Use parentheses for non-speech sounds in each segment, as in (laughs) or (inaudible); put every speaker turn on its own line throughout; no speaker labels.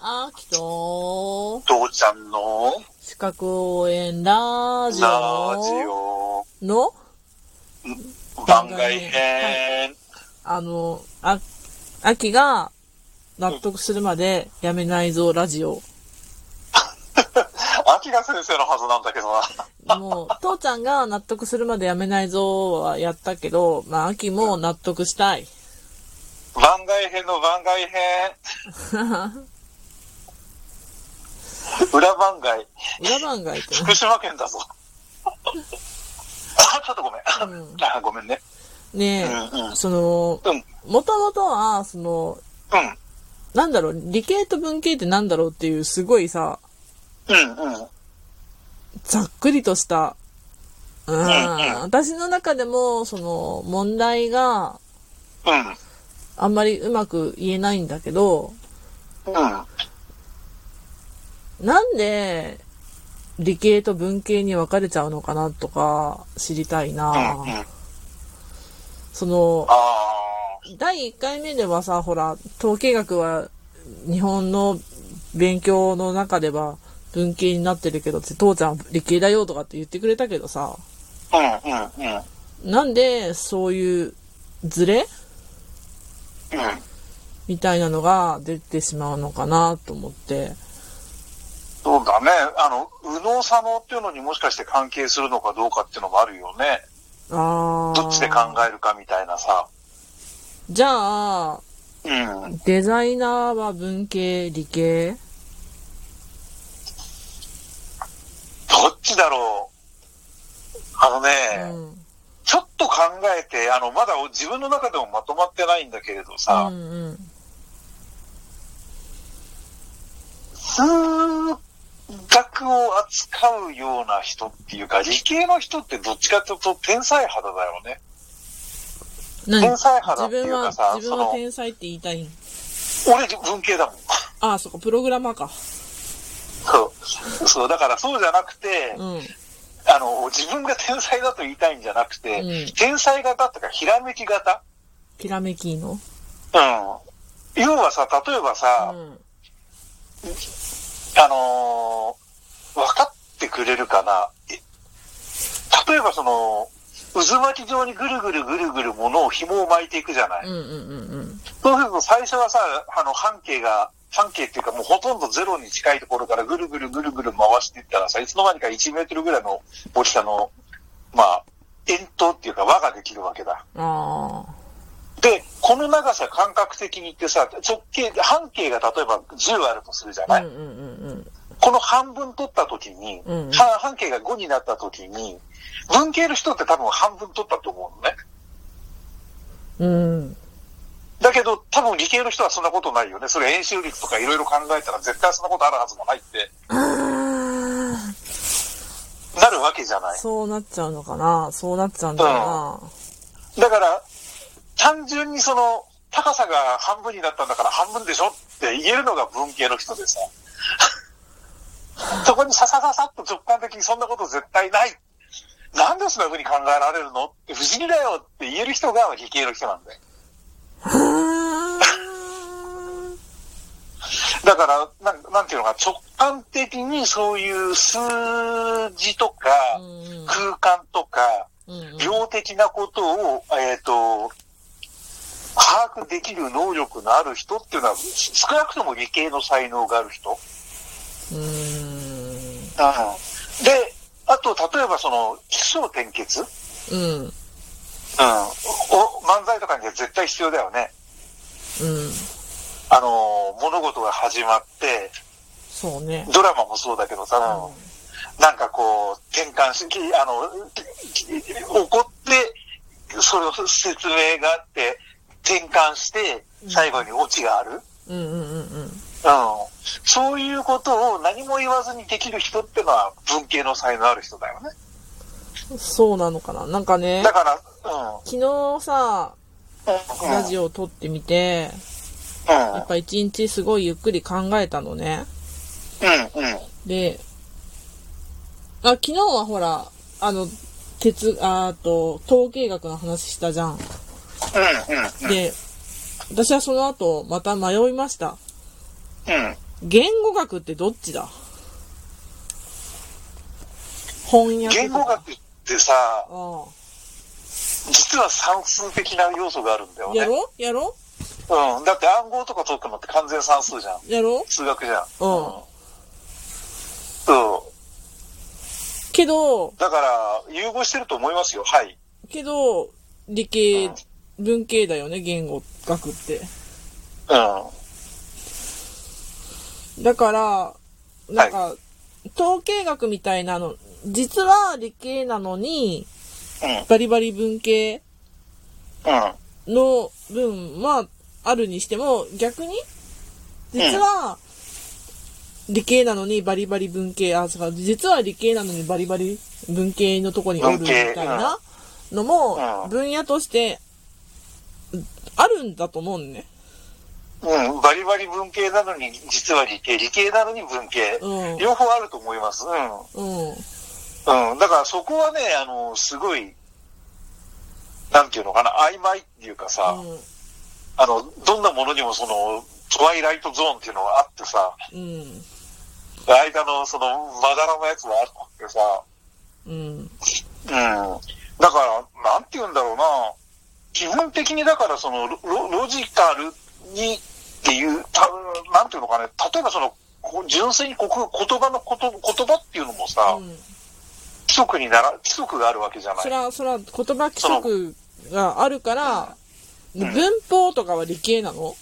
あきと、
父ちゃんの
資格応援ラ
ラ
ジ
ジ
オ
オ
の、
番外編。
あの、あ、あきが納得するまでやめないぞラジオ。
秋が先生のはずなんだけどな。
もう、
(laughs)
父ちゃんが納得するまでやめないぞはやったけど、まあ、あきも納得した
(laughs)
い。
番外編の番外編。裏番外。
裏番外って
福島県だぞ。あちょっとごめん。
うん
あごめんね。
ね。ね
うんうん
え、その、
うん。うん。
もともとは、その、なんだろう、理系と文系ってなんだろうっていう、すごいさ、
うん。うん。
ざっくりとした、うん、
ん
私の中でも、その、問題があんまりうまく言えないんだけど、
うん。うん。
なんで、理系と文系に分かれちゃうのかなとか、知りたいな、
うん。うん。
その、
あ
第1回目ではさ、ほら、統計学は日本の勉強の中では文系になってるけどって、父ちゃんは理系だよとかって言ってくれたけどさ、
あ。うん。うん。うん。
なんでそういうズレ
うん。
みたいなのが出てしまうのかなと思って。
そうだね。あの、右脳左脳っていうのにもしかして関係するのかどうかっていうのもあるよね。
あー
どっちで考えるかみたいなさ。
じゃあ、
うん。
デザイナーは文系、理系
どっちだろう。あのね、
うん。
ちょっと考えて、あの、まだ自分の中でもまとまってないんだけれど
う
さ、
んうん。
数学を扱うような人っていうか、理系の人ってどっちかっていうと天才肌だよね。
何
天才肌
自
ってい
分
う
は
かさ、、
自
そ
分は
の、
天才って言いたいん。
俺文系だもん。
ああ、そっか、プログラマーか。
そう。そう、だからそうじゃなくて、
うん。
あの、自分が天才だと言いたいんじゃなくて、
うん
天才型とか、ひらめき型
きらめきの
うん。要はさ、例えばさ、
うん。
あのー分かってくれるかなえ例えばその、渦巻き状にぐるぐるぐるぐるものを紐を巻いていくじゃない、
うんうんうん
そうすると最初はさ、あの半径が、半径っていうかもうほとんどゼロに近いところからぐるぐるぐるぐる回していったらさ、いつの間にか1メートルぐらいの大きさの、まあ、円筒っていうか輪ができるわけだ。
うん。ああ。
で、この長さ感覚的に言ってさ、直径、半径が例えば10あるとするじゃない、
うんうんうん
この半分取った時に、
うんうん
は半径が5になった時に、文系の人って多分半分取ったと思うのね。
うん。うん。
だけど、多分理系の人はそんなことないよね。それ演習率とかいろいろ考えたら絶対そんなことあるはずもないって
あ
なるわけじゃな
あ、
い。
そうなっちゃうのかなそうなっちゃうんだよな。
だから、単純にその、高さが半分になったんだから半分でしょって言えるのが文系の人でさ。 (laughs) そこにささささっと直感的にそんなこと絶対ない。なんでそんな風に考えられるのって不思議だよって言える人が理系の人なんだよ。
あ
だから、なんなんていうのか、直感的にそういう数字とか、
ーうん
空間とか、
うんうん
量的なことを、えっ、と、把握できる能力のある人っていうのは、し少なくとも理系の才能がある人。
う
で、あと、例えばその、起承転結、うん、を
ん。うん。
漫才とかには絶対必要だよね。
うん。
あの、物事が始まって、
そうね。
ドラマもそうだけどさ、なんかこう、転換し、きあの、きき怒って、それを説明があって、転換して、最後にオチがある。うん。
うんうんうんうん。
そういうことを何も言わずにできる人ってのは、文系の才能ある人だよね。
そうなのかななんかね
だ、から、
昨日さ、
うん。
ラジオ撮ってみて、
オ。うん。
やっぱ一日すごいゆっくり考えたのね。
うん。うん。
で、あ、昨日はほら、あの、哲、あーと、統計学の話したじゃん。
うん。
で、私はその後、また迷いました。
うん。うん。
言語学ってどっちだ翻訳
言語
とか
学ってさ、
う
実は算数的な要素があるんだよ
ん。や
ね。
ろやろ
うん。だって暗号とか取ったのって完全算数じゃん。
やろ
数学じゃん。
うん
そ
けど、
う。だから、融合してると思いますよ。はい。
けど、理系、文系だよね、言語学って。
う
だから、なんか、統計学みたいなの、実は理系なのに、
ん。うん。
バリバリ文系
うん。
の分はあるにしても、逆に、実は、理系なのにバリバリ文系、あ、そうか、実は理系なのにバリバリ文系のとこにおるみたいなの
う
も、
ん
分野として、あるんだと思うんね。
うん、バリバリ文系なのに、実は理系、理系なのに文系、
うん
両方あると思います。う
うん。
ん。うん。だからそこはね、あの、すごい、なんていうのかな、曖昧っていうかさ、あの、どんなものにもその、トワイライトゾーンっていうのがあってさ、
うん。うん。
間のその、まだらのやつがあってさ、
うん。
うん。だから、なんて言うんだろうな、基本的にだからその、ロロロジカルにっていう、たなんていうのかね、例えばその、こ純粋に国言葉のこと、言葉っていうのもさ、
うん
規則になら、規則があるわけじゃない
そ。ら、そら、言葉規則があるから、文法とかは理系なの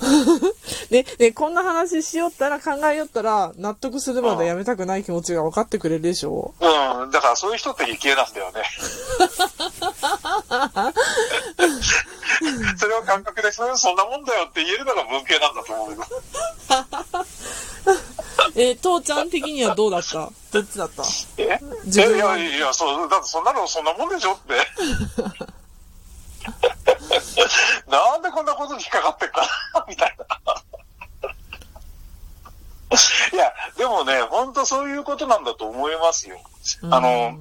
(laughs) ね、ね、こんな話しよったら考えよったら、納得するまでやめたくない気持ちが分かってくれるでし
(laughs)
ょ
うん、だからそういう人って理系なんだ
(laughs)
よね。それは感覚で、それそんなもんだよって言えるのが文系なんだと思うよ。
えー父ちゃん的にはどうだったどっちだった
え
自分
い
は
やいやいや、そう、だってそんなのそんなもんでしょって。
(laughs)
なんでこんなことに引っかかってるかな (laughs) みたいな。いや、でもね、ほんとそういうことなんだと思いますよ。あの、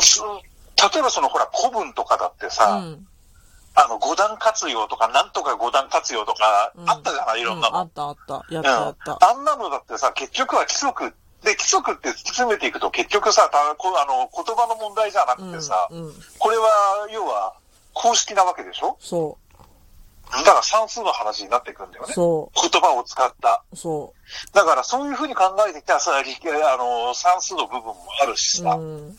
す例えばそのほら、古文とかだって
う
さ、
ん。
あの、五段活用とか、なんとか五段活用とか
う、ん
あったじゃない、いろんな
うんあ
の。
ったあった。やっ
うん。
たやった。
あんなのだってさ、結局は規則。で、規則って突き詰めていくと、結局さ、たこあの、言葉の問題じゃな
う
く
ん
てさ、
うん。
これは、要は、公式なわけでしょ
そ
だから算数の話になっていくんだよ
う、
ね。
そ
言葉を使った。
う、そ
だから、そういうふうに考えてきたらさ、理系あの、算数の部分もあるし
う。
さ、
う
うん。
ん。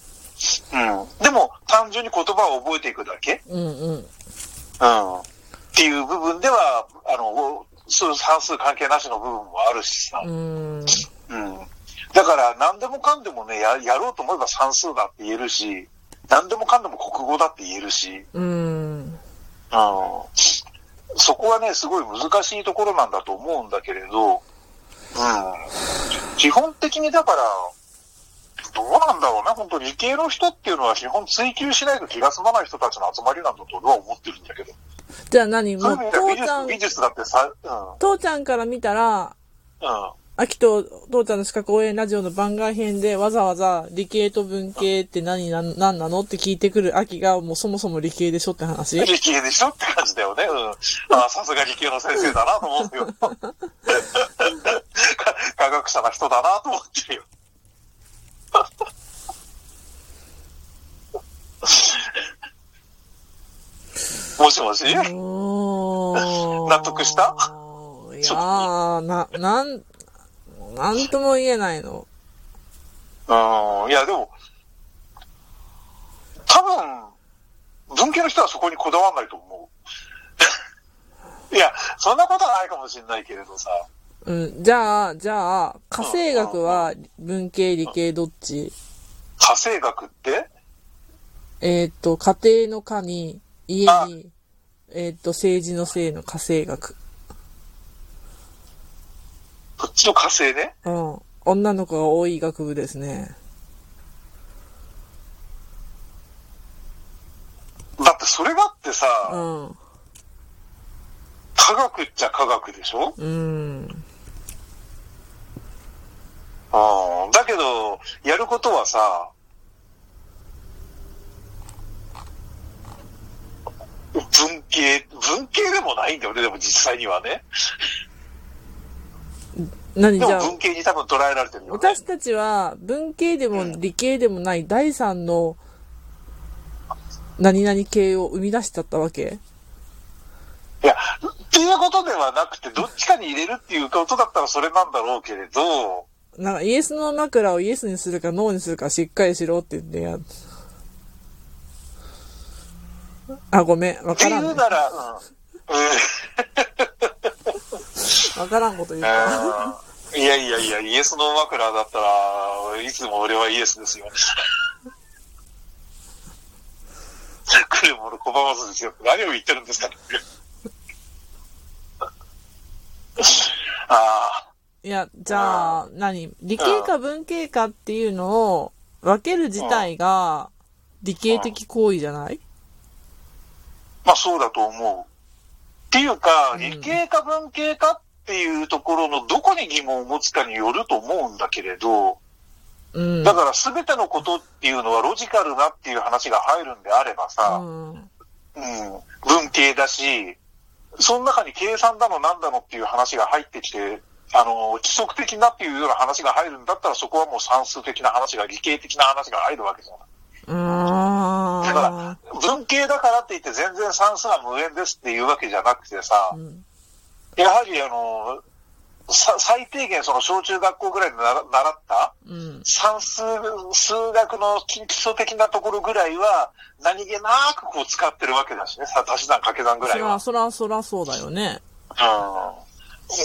でも、単純に言葉を覚えていくだけ
うんうん。
うんっていう部分では、あの、そう算数関係なしの部分もあるしさ。
うん。
うん。だから、何でもかんでもねや、やろうと思えば算数だって言えるし、何でもかんでも国語だって言えるし、うん。
うん。
そこはね、すごい難しいところなんだと思うんだけれど、うん。基本的にだから、どうなんだろうな、本当理系の人っていうのは基本追求しないと気が済まない人たちの集まりなんだと俺は思ってるんだけど。
じゃあ何も
そう
う
いう意味では
父
美
ちゃ
術
ん
美術だってさ、うん、うん、
父ちゃんから見たら、秋と父ちゃんの資格応援ラジオの番外編でわざわざ理系と文系って何な、何なのって聞いてくる秋がもうそもそも理系でしょって話
理系でしょって感じだよね。うん。ああ、さすが理系の先生だなと思ってよ。か科学者な人だなと思ってるよ。もしもし、
おー
(laughs) 納得した
いやー、な、なん、なんとも言えないの。
うん、いや、でも、多分、文系の人はそこにこだわらないと思う。いや、そんなことはないかもしれないけれどさ。
うん、じゃあ、じゃあ、家政学は文系、理系どっち
家政学って
えーっと、家庭の家に、家に、えーっと、政治の性の家政学。
こっちの火星ね。
うん。女の子が多い学部ですね。
だってそれだってさ、
うん。
科学っちゃ科学でしょ
うん。
うん。だけど、やることはさ、プ文系、文系でもないんだよね、でも実際にはね。
何
で
じ
も
ゃあ、
文系に多分捉えられてるよね
私。たちは文系でも理系でもない第三の何々系を生み出しちゃったわけ
いや、っていうことではなくて、どっちかに入れるっていうことだったらそれなんだろうけれど、
なんかイエスの枕をイエスにするかノーにするかしっかりしろって言ってやんあ、ごめん。わ
って
か
い
らん、
う
ね。(laughs)
なら、うん。
わからんこと
(laughs)
言った。
えーいやいやいや、イエスの枕だったら、いつも俺はイエスですよ。 (laughs) 来るもの拒まずですよ。何を言ってるんですか (laughs) あ
いや、じゃあ、何理系か文系かっていうのを分ける自体が理系的行為じゃない
あ、まあそうだと思う。っていうか、理系か文系かっていうところのどこに疑問を持つかによると思うんだけれど、
うん。
だから全てのことっていうのはロジカルなっていう話が入るんであればさ、
うん。
うん、文系だし、その中に計算だのなんだのっていう話が入ってきて、あの、規則的なっていうような話が入るんだったら、そこはもう算数的な話が、理系的な話が入るわけじゃない。
うーん。
だから、文系だからって言って全然算数は無縁ですっていうわけじゃなくてさ、
うん
やはりあの、さ最低限その小中学校ぐらいでなら習った
うん。
算数、数学の基礎的なところぐらいは、何気なくこう使ってるわけだしね、さ足し算掛け算ぐら
そ
いは
ら、。そら、そらそうだよね。
うんで、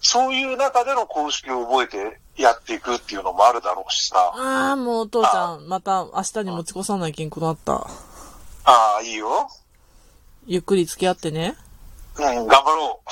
そういう中での公式を覚えてやっていくっていうのもあるだろうしさ。
ああ、もうお父ちゃん、また明日に持ち越さない健康だった。
ああ、いいよ。
ゆっくり付き合ってね。
うん、頑張ろう。